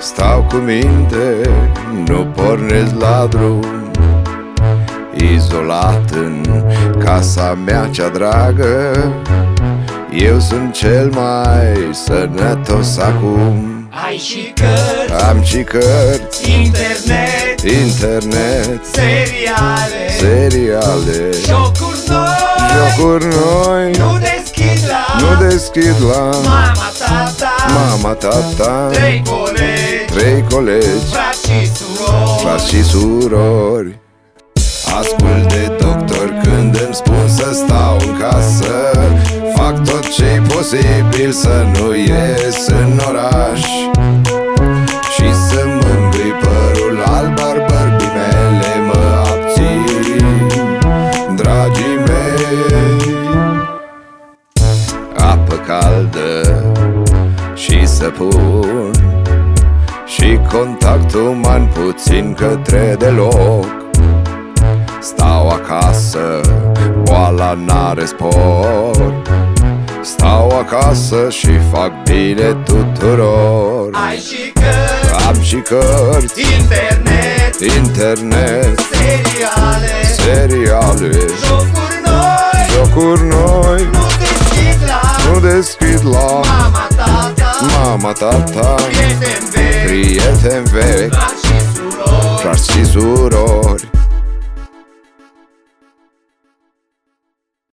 Stau cu minte, nu pornesc la drum Izolat în casa mea cea dragă Eu sunt cel mai sănătos acum Ai și cărți, Am și cărți, internet, internet, seriale seriale Jocuri noi, Jocuri noi, nu deschid la nu deschid la Mama, tata, mama, tata trei colegi, Trei colegi frați și surori frați și surori Ascult de doctor când îmi spun să stau în casă Fac tot ce posibil să nu ies în oraș Și să mângâi părul alb al bărbii mele mă abțin Dragii mei Apă caldă și să pun și contact uman puțin către deloc Stau acasă, boala n-are spor Stau acasă și fac bine tuturor Ai și cărți, Am și cărți, internet, internet, seriale seriale Jocuri noi, Jocuri noi, nu deschid la nu deschid la Mama, tata, mama, tata prieteni veri Prieteni vechi, Frați